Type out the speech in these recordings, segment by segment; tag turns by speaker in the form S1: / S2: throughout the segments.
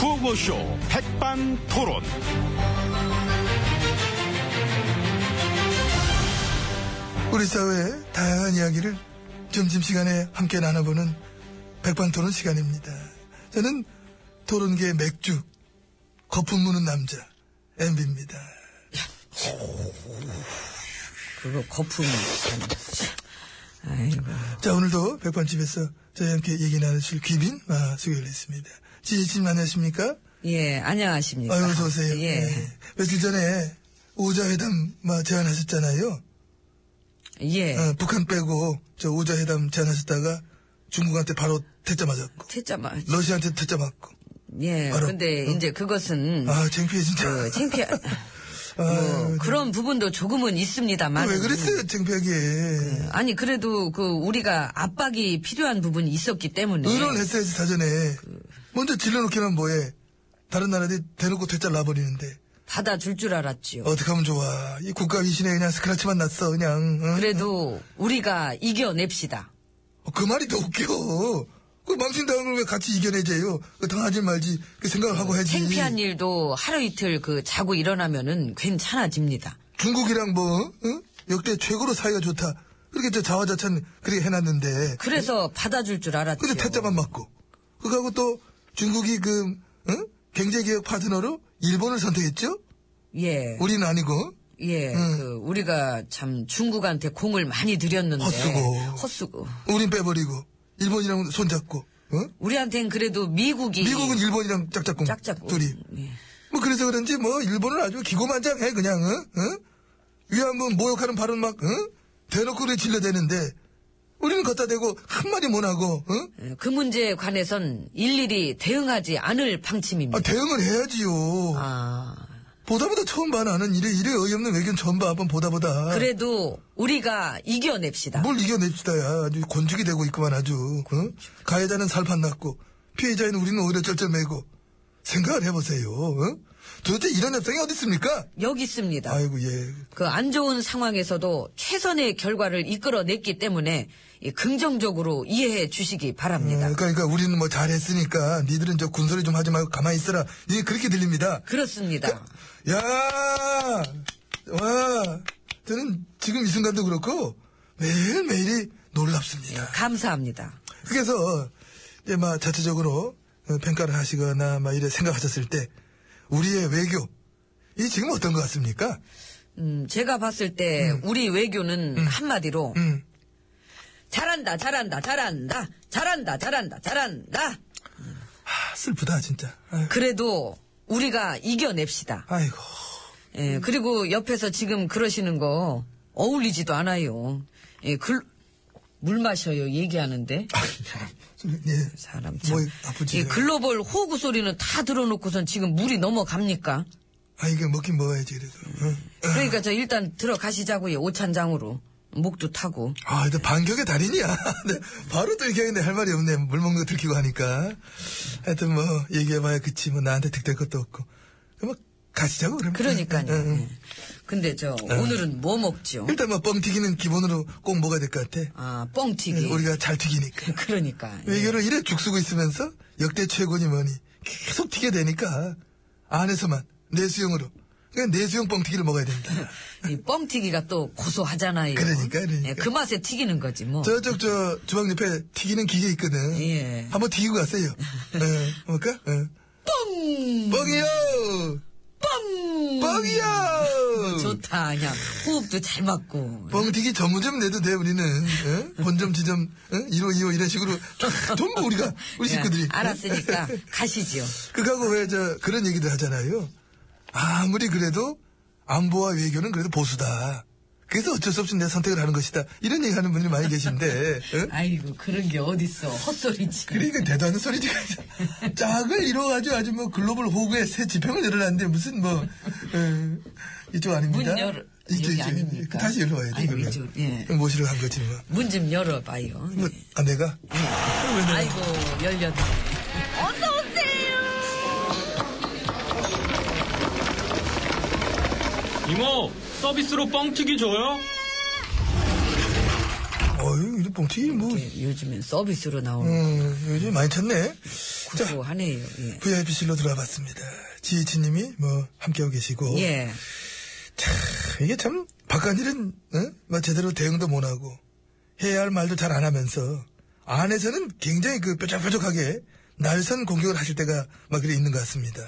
S1: 구호쇼 백반토론.
S2: 우리 사회의 다양한 이야기를 점심시간에 함께 나눠보는 백반토론 시간입니다. 저는 토론계 맥주, 거품 무는 남자, MB입니다.
S3: 그거 거품. 아이고.
S2: 자, 오늘도 백반집에서 저희와 함께 얘기 나누실 귀빈 아, 소개를 했습니다. 지혜진 안녕하십니까?
S3: 예, 안녕하십니까.
S2: 아유, 어서오세요. 네.
S3: 예.
S2: 며칠 전에 오자회담 아, 제안하셨잖아요.
S3: 예.
S2: 아, 북한 빼고 저 오자회담 제안하셨다가 중국한테 바로 퇴짜 맞았고
S3: 퇴짜마.
S2: 러시아한테 퇴짜 맞고
S3: 예.
S2: 바로.
S3: 근데
S2: 어.
S3: 이제 그것은.
S2: 아 창피해 진짜
S3: 그, 창피하,
S2: 아유,
S3: 뭐, 그런 부분도 조금은
S2: 아,
S3: 있습니다만.
S2: 왜 그랬어요 창피하게
S3: 아니, 그래도 그, 우리가 압박이 필요한 부분이 있었기 때문에.
S2: 의논했어야지 사전에
S3: 그,
S2: 먼저 질러놓기는 면 뭐해 다른 나라들이 대놓고 퇴짜 놔버리는데
S3: 받아줄 줄 알았지요.
S2: 어떻게 하면 좋아 이 국가 위신에 그냥 스크라치만 났어 그냥 응?
S3: 그래도 우리가 이겨냅시다.
S2: 어, 그 말이 더 웃겨 그 망신당한 걸왜 같이 이겨내재요 그 당하지 말지 그 생각을 하고 해야지
S3: 창피한 일도 하루 이틀 그 자고 일어나면은 괜찮아집니다.
S2: 중국이랑 뭐 응? 역대 최고로 사이가 좋다 그렇게 저 자화자찬 그렇게 해놨는데
S3: 그래서 받아줄 줄 알았지요.
S2: 근데 타짜만 맞고. 그거하고 또 중국이 그, 응? 경제개혁 파트너로 일본을 선택했죠?
S3: 예.
S2: 우리는 아니고.
S3: 예,
S2: 음.
S3: 그 우리가 참 중국한테 공을 많이 들였는데
S2: 헛수고.
S3: 헛수고.
S2: 우린 빼버리고. 일본이랑 손잡고. 응?
S3: 우리한텐 그래도 미국이
S2: 미국은 일본이랑 짝짝꿍.
S3: 예. 짝짝
S2: 둘이.
S3: 예.
S2: 뭐 그래서 그런지 뭐 일본을 아주 기고만장해, 그냥, 응? 응? 위안부 모욕하는 발언 막, 응? 대놓고 그래 질러대는데. 우리는 걷다 대고 한마디 못하고, 응?
S3: 예, 그 문제에 관해선 일일이 대응하지 않을
S2: 아,
S3: 방침입니다.
S2: 대응을 해야지요.
S3: 네. 아,
S2: 보다 보다 처음 봐, 나는. 이래, 이래 어이없는 외견 처음 봐, 한번 보다 보다.
S3: 아, 그래도 우리가 이겨냅시다.
S2: 뭘 이겨냅시다야. 아주 곤죽이 되고 있구만 아주. 응? 가해자는 살판 났고 피해자인 우리는 오히려 쩔쩔매고 생각을 해보세요. 응? 도대체 이런 협상이 어디 있습니까?
S3: 여기 있습니다.
S2: 아이고 예.
S3: 그 안 좋은 상황에서도 최선의 결과를 이끌어냈기 때문에 이 긍정적으로 이해해 주시기
S2: 어,
S3: 바랍니다.
S2: 그러니까, 그러니까 우리는 뭐 잘했으니까 니들은 저 군소리 좀 하지 말고 가만히 있어라. 예, 그렇게 들립니다.
S3: 그렇습니다.
S2: 야, 와, 저는 지금 이 순간도 그렇고 매일 매일이 놀랍습니다.
S3: 감사합니다.
S2: 그래서 이제 막 자체적으로 어, 평가를 하시거나 막 이래 생각하셨을 때 우리의 외교 이 지금 어떤 것 같습니까?
S3: 음, 제가 봤을 때 우리 외교는 한마디로
S2: 음.
S3: 잘한다, 잘한다, 잘한다, 잘한다, 잘한다, 잘한다.
S2: 아, 슬프다 진짜. 아유,
S3: 그래도 우리가 이겨냅시다.
S2: 아이고.
S3: 예, 그리고 옆에서 지금 그러시는 거 어울리지도 않아요. 예, 글, 물 마셔요, 얘기하는데.
S2: 좀, 예.
S3: 사람 참.
S2: 아, 뭐 아프지.
S3: 이 글로벌 호구 소리는 다 들어놓고선 지금 물이 넘어갑니까?
S2: 아 이게 먹긴 먹어야지 그래도. 응?
S3: 그러니까 저 일단 들어가시자고요, 오찬장으로. 목도 타고.
S2: 아, 근데 반격의 달인이야. 근데 바로 또 얘기하는데 할 말이 없네. 물 먹는 거 들키고 하니까. 하여튼 뭐 얘기해봐야 그치 뭐 나한테 득될 것도 없고. 그럼 뭐 가시자고 그러면.
S3: 그러니까요.
S2: 응, 응, 응.
S3: 예. 근데 저 오늘은 뭐 먹죠?
S2: 일단 뭐 뻥튀기는 기본으로 꼭 먹어야 될 것 같아.
S3: 아, 뻥튀기.
S2: 우리가 잘 튀기니까.
S3: 그러니까. 예.
S2: 외교를 이래 죽쓰고 있으면서 역대 최고니 뭐니 계속 튀게 되니까 안에서만 내수용으로 그냥 내수용 뻥튀기를 먹어야 됩니다.
S3: 이 뻥튀기가 또 고소하잖아요.
S2: 그러니까, 그러니까.
S3: 예, 그 맛에 튀기는 거지, 뭐.
S2: 저쪽 저 주방 옆에 튀기는 기계 있거든.
S3: 예.
S2: 한번 튀기고 갔어요. 예, 볼까? 예.
S3: 뻥! 음.
S2: 뻥이요,
S3: 뻥! 뭐
S2: 뻥이요.
S3: 좋다, 그냥. 호흡도 잘 맞고.
S2: 뻥튀기 전문점 내도 돼 우리는 예? 본점 지점 예? 1호 2호 이런 식으로 쫙 전부 우리가 우리
S3: 예,
S2: 식구들이
S3: 알았으니까, 가시지요.
S2: 그거하고 왜 저 그런 얘기들 하잖아요. 아무리 그래도 안보와 외교는 그래도 보수다. 그래서 어쩔 수 없이 내 선택을 하는 것이다. 이런 얘기하는 분들이 많이 계신데. 응?
S3: 아이고, 그런 게 어딨어. 헛소리지.
S2: 그러니까 대단한 소리지. 짝을 이뤄가지고 아주 뭐 글로벌 호구의 새 지평을 열어놨는데 무슨 뭐 응, 이쪽 아닙니다.
S3: 문 열어-
S2: 이쪽,
S3: 여기
S2: 이쪽.
S3: 아닙니까?
S2: 다시 일로 와야 돼.
S3: 아이고,
S2: 이걸로.
S3: 이쪽, 예.
S2: 그럼 모시러 간 거지 뭐.
S3: 문 좀 열어봐요. 예.
S2: 뭐, 아 내가
S3: 아이고, 열렸다.
S4: 이모 서비스로 뻥튀기 줘요?
S2: 어유 이거 뻥튀기 뭐
S3: 예, 요즘엔 서비스로 나오는.
S2: 어, 음, 요즘 많이 찾네.
S3: 고소하네요. 예.
S2: VIP실로 들어와 봤습니다. 지혜치님이 뭐, 함께하고 계시고.
S3: 예.
S2: 이게 참, 바깥일은, 어? 뭐 제대로 대응도 못 하고, 해야 할 말도 잘 안 하면서, 안에서는 굉장히 그 뾰족뾰족하게 날선 공격을 하실 때가 막 그래 있는 것 같습니다.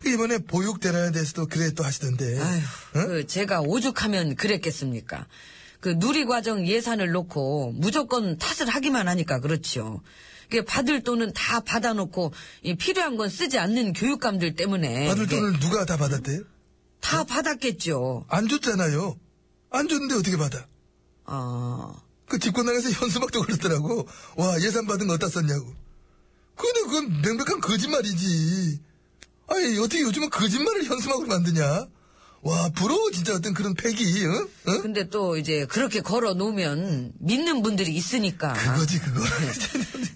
S2: 그 이번에 보육대란에 대해서도 그래 또 하시던데.
S3: 아휴,
S2: 어?
S3: 그 제가 오죽하면 그랬겠습니까? 그 누리과정 예산을 놓고 무조건 탓을 하기만 하니까 그렇죠. 그 받을 돈은 다 받아놓고 이 필요한 건 쓰지 않는 교육감들 때문에
S2: 받을
S3: 이게
S2: 돈을 누가 다 받았대요?
S3: 다 받았겠죠.
S2: 안 줬잖아요. 안 줬는데 어떻게 받아?
S3: 어,
S2: 그 집권당에서 현수막도 걸렸더라고. 와, 예산 받은 거 어디다 썼냐고. 근데 그건 명백한 거짓말이지. 아니, 어떻게 요즘은 거짓말을 현수막으로 만드냐? 와, 부러워, 진짜 어떤 그런 패기, 응? 응?
S3: 근데 또 이제 그렇게 걸어 놓으면 믿는 분들이 있으니까.
S2: 그거지, 그거.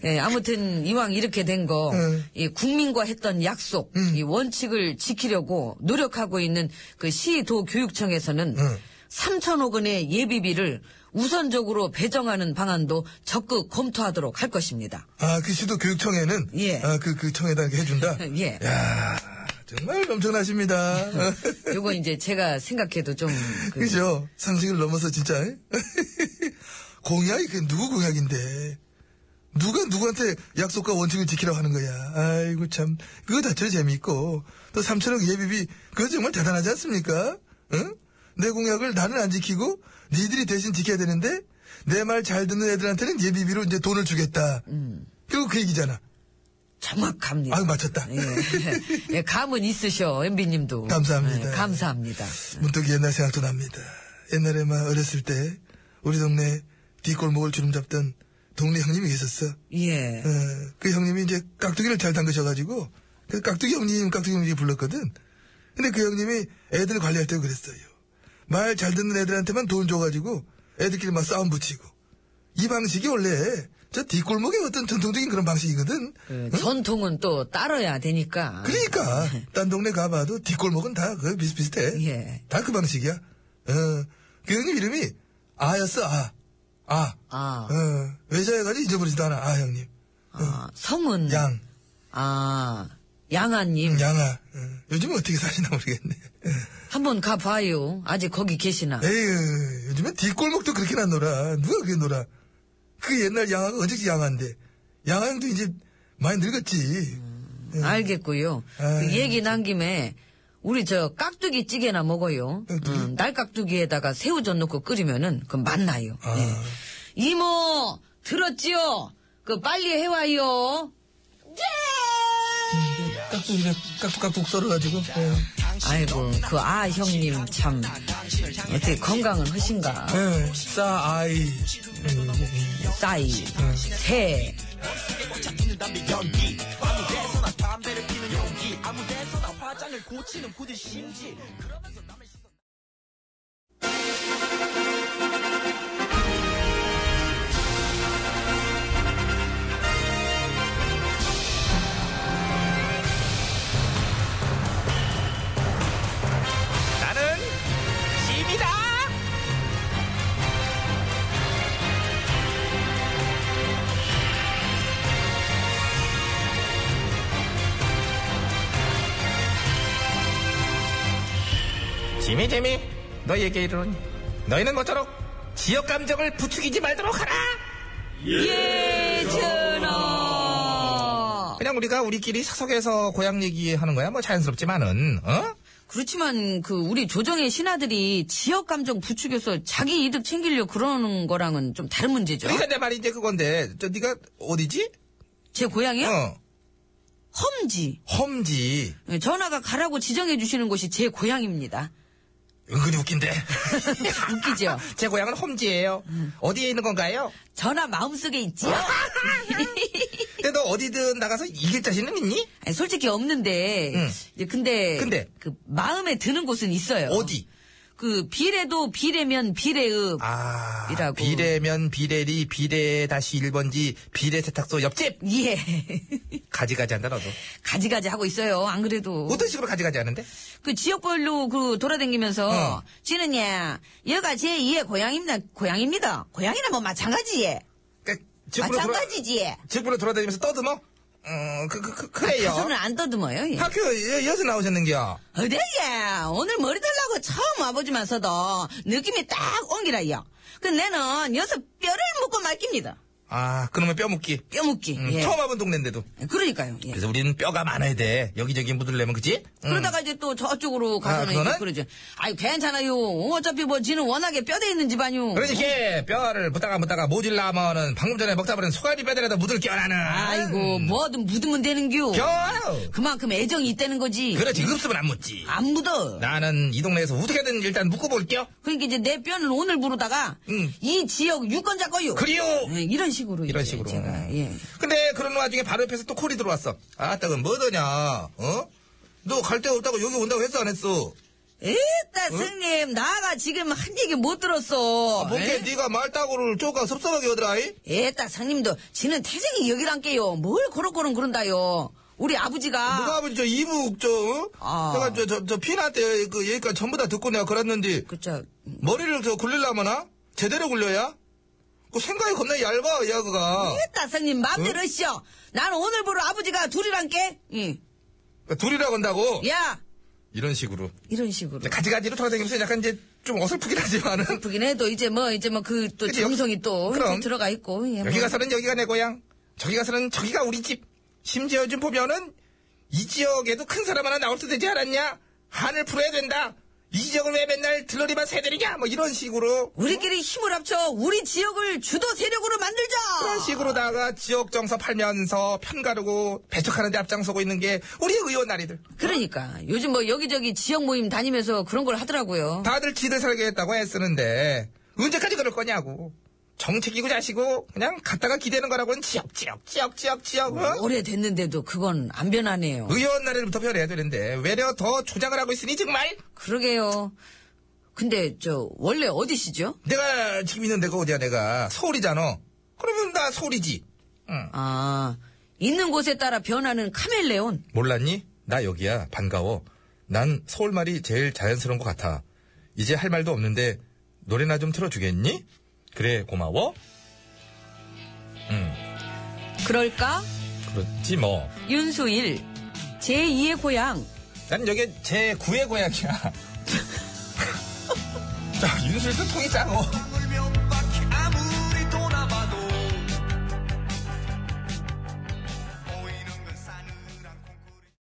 S3: 예, 아무튼 이왕 이렇게 된 거,
S2: 응.
S3: 이 국민과 했던 약속, 이 원칙을 지키려고 노력하고 있는 그 시도 교육청에서는
S2: 응.
S3: 3천억 원의 예비비를 우선적으로 배정하는 방안도 적극 검토하도록 할 것입니다.
S2: 아, 그 시도 교육청에는?
S3: 예.
S2: 아, 그, 그 청에다 이렇게 해준다?
S3: 예.
S2: 야 정말 엄청나십니다.
S3: 요건 이제 제가 생각해도 좀. 그-
S2: 그죠? 상식을 넘어서 진짜. 에? 공약이 그 누구 공약인데. 누가 누구한테 약속과 원칙을 지키라고 하는 거야. 아이고 참. 그거 자체도 재미있고. 또 3천억 예비비 그거 정말 대단하지 않습니까? 응? 내 공약을 나는 안 지키고 니들이 대신 지켜야 되는데 내 말 잘 듣는 애들한테는 예비비로 이제 돈을 주겠다. 그리고 그 얘기잖아.
S3: 정확합니다.
S2: 아유 맞췄다.
S3: 예. 예, 감은 있으셔, MB님도. 예,
S2: 감사합니다.
S3: 감사합니다.
S2: 문득 옛날 생각도 납니다. 옛날에 막 어렸을 때 우리 동네 뒷골목을 주름 잡던 동네 형님이 계셨어.
S3: 예.
S2: 어, 그 형님이 이제 깍두기를 잘 담그셔가지고, 그 깍두기 형님, 깍두기 형님 불렀거든. 근데 그 형님이 애들 관리할 때 그랬어요. 말 잘 듣는 애들한테만 돈 줘가지고, 애들끼리 막 싸움 붙이고. 이 방식이 원래, 저 뒷골목의 어떤 전통적인 그런 방식이거든.
S3: 그 전통은 또 따라야 되니까.
S2: 그러니까, 딴 동네 가봐도 뒷골목은 다 그 비슷비슷해.
S3: 예.
S2: 다 그 방식이야. 어, 그 형님 이름이 아였어, 아. 아.
S3: 아.
S2: 어, 외자여가지고 잊어버리지도 않아, 아 형님.
S3: 아, 성은
S2: 양.
S3: 아 양아님
S2: 음, 양아, 어, 요즘은 어떻게 사시나 모르겠네. 음.
S3: 한번 가봐요. 아직 거기 계시나?
S2: 네. 에휴, 요즘엔 뒷골목도 그렇게나 놀아. 누가 그게 놀아? 그 옛날 양아가 언제지 양아인데. 양아형도 이제 많이 늙었지. 음. 예.
S3: 알겠고요. 그
S2: 에이.
S3: 얘기 난 김에 우리 저 깍두기 찌개나 먹어요.
S2: 깍두기?
S3: 음, 날깍두기에다가 새우젓 넣고 끓이면은 그 맛나요. 예. 이모 들었지요? 그 빨리 해와요. 네!
S2: 깍두기가 깍둑깍둑 썰어가지고. 어.
S3: 아이고 그 아 형님 참 어떻게 건강은 허신가?
S2: 예, 싸, 아이. 음, 음.
S3: 싸이 새
S1: 나는 짐이다. 짐이 짐이 너희에게 이르노니 너희는 모쪼록 지역 감정을 부추기지 말도록 하라.
S3: 예전아.
S1: 그냥 우리가 우리끼리 사석에서 고향 얘기하는 거야 뭐 자연스럽지만은 어?
S3: 그렇지만 그 우리 조정의 신하들이 지역 감정 부추겨서 자기 이득 챙기려 그러는 거랑은 좀 다른 문제죠.
S1: 그러니까 내 말이 이제 그건데 저 네가 어디지?
S3: 제 고향이요?
S1: 어
S3: 험지.
S1: 험지
S3: 예, 전화가 가라고 지정해 주시는 곳이 제 고향입니다.
S1: 은근히 웃긴데.
S3: 웃기죠?
S1: 제 고향은 홈지예요. 어디에 있는 건가요?
S3: 전화 마음속에 있지요?
S1: 근데 너 어디든 나가서 이길 자신은 있니?
S3: 아니, 솔직히 없는데.
S1: 응.
S3: 이제 근데
S1: 음. 근데?
S3: 그 마음에 드는 곳은 있어요.
S1: 어디?
S3: 그 비례도 비례면 비례읍.
S1: 아,
S3: 이라고.
S1: 비례면 비례리, 비례 다시 1번지, 비례 세탁소 옆집!
S3: 예.
S1: 가지가지 한다, 너도.
S3: 가지가지 하고 있어요. 안 그래도.
S1: 어떤 식으로 가지가지 하는데?
S3: 그 지역별로 그 돌아다니면서
S1: 어.
S3: 지는 예 여가 제 2의 고향입니다 고향입니다 고향이나 뭐 마찬가지예
S1: 그러니까 지역별로 돌아-
S3: 마찬가지지예
S1: 지역별로 돌아다니면서 떠듬어?
S2: 어, 그, 그, 그,
S3: 그
S2: 그래요.
S3: 손을 안 떠듬어요. 예.
S2: 학교 여, 여서 나오셨는겨.
S3: 어디야 오늘 머리 달라고 처음 와보지만서도 느낌이 딱 온기라요. 그 내는 여기서 뼈를 묶고 말깁니다.
S2: 아, 그러면 뼈 묻기.
S3: 뼈 묶기.
S2: 음,
S3: 예.
S2: 처음 와본 동네인데도.
S3: 그러니까요. 예.
S2: 그래서 우리는 뼈가 많아야 돼. 여기저기 묻으려면, 그치? 음.
S3: 그러다가 이제 또 저쪽으로
S2: 아,
S3: 가서는
S2: 그거는?
S3: 이제 그러죠. 아유 괜찮아요. 어차피 뭐 지는 워낙에 뼈대 있는 집안이요.
S2: 그러니 이렇게 뼈를 묻다가 묻다가 모질라면은 방금 전에 먹다 버린 소갈비 뼈들에다 묻을 겨라는.
S3: 아이고 뭐든 묻으면 되는겨.
S2: 겨우!
S3: 그만큼 애정이 있다는 거지.
S2: 그렇지, 급습은 안 묻지.
S3: 안 묻어.
S2: 나는 이 동네에서 어떻게든 일단 묶어 볼게요.
S3: 그러니까 이제 내 뼈는 오늘 부르다가
S2: 음.
S3: 이 지역 유권자 거요.
S2: 그리요!
S3: 예, 이런 식으로
S2: 이런
S3: 이제
S2: 식으로.
S3: 제가 예.
S2: 근데 그런 와중에 바로 옆에서 또 콜이 들어왔어. 아, 딱은 뭐더냐, 어? 너 갈 데가 없다고 여기 온다고 했어, 안 했어?
S3: 에따 선생님 나가 지금 한 얘기 못 들었어.
S2: 뭔게
S3: 아, 에?
S2: 아, 네가 말따구를 쪼까 섭섭하게 하더라이?
S3: 에따 선생님도 지는 태생이 여기란께요. 뭘 고런고런 그런다요. 우리 아버지가
S2: 누가 아버지 저 이북 저, 어?
S3: 아.
S2: 내가 저, 저, 저 피난 때그 얘기까지 전부 다 듣고 내가 그랬는데,
S3: 그저
S2: 머리를 저 굴리려면아? 제대로 굴려야? 그 생각이 겁나 얇아, 야, 그가.
S3: 에따 선생님 맘대로 하시오. 난 오늘부로 아버지가 둘이란께. 응. 예?
S2: 그러니까 둘이라고 한다고?
S3: 야
S2: 이런 식으로.
S3: 이런 식으로.
S2: 이제 가지가지로 돌아다니면서 약간 이제 좀 어설프긴 하지만은.
S3: 슬프긴 해도 이제 뭐 이제 뭐 그 또
S2: 그치,
S3: 정성이
S2: 여기-
S3: 또
S2: 그럼.
S3: 이제 들어가 있고. 예, 뭐.
S2: 여기 가서는 여기가 내 고향, 저기 가서는 저기가 우리 집. 심지어 요즘 보면은 이 지역에도 큰 사람 하나 나올 때 되지 않았냐? 한을 풀어야 된다. 이 지역을 왜 맨날 들러리만 새들이냐? 뭐 이런 식으로.
S3: 우리끼리 힘을 합쳐 우리 지역을 주도 세력으로 만들자.
S2: 그런 식으로다가 지역 정서 팔면서 편가르고 배척하는데 앞장서고 있는 게 우리 의원 나리들.
S3: 그러니까 요즘 뭐 여기저기 지역 모임 다니면서 그런 걸 하더라고요.
S2: 다들 지들 살게 했다고 애쓰는데 언제까지 그럴 거냐고. 정책이고 자시고 그냥 갔다가 기대는 거라고는 지역 지역 지역 지역 지역. 어?
S3: 오래됐는데도 그건 안 변하네요.
S2: 의원 나라를부터 변해야 되는데 외려 더 조장을 하고 있으니 정말
S3: 그러게요. 근데 저 원래 어디시죠?
S2: 내가 지금 있는 데가 어디야 내가 서울이잖아 그러면 나 서울이지 응.
S3: 아 있는 곳에 따라 변하는 카멜레온.
S2: 몰랐니? 나 여기야 반가워 난 서울말이 제일 자연스러운 것 같아 이제 할 말도 없는데 노래나 좀 틀어주겠니? 그래 고마워 응
S3: 그럴까?
S2: 그렇지 뭐난
S3: 윤수일 제2의 고향.
S2: 여기 제 9의 고향이야 자 윤슬도 통이 짜고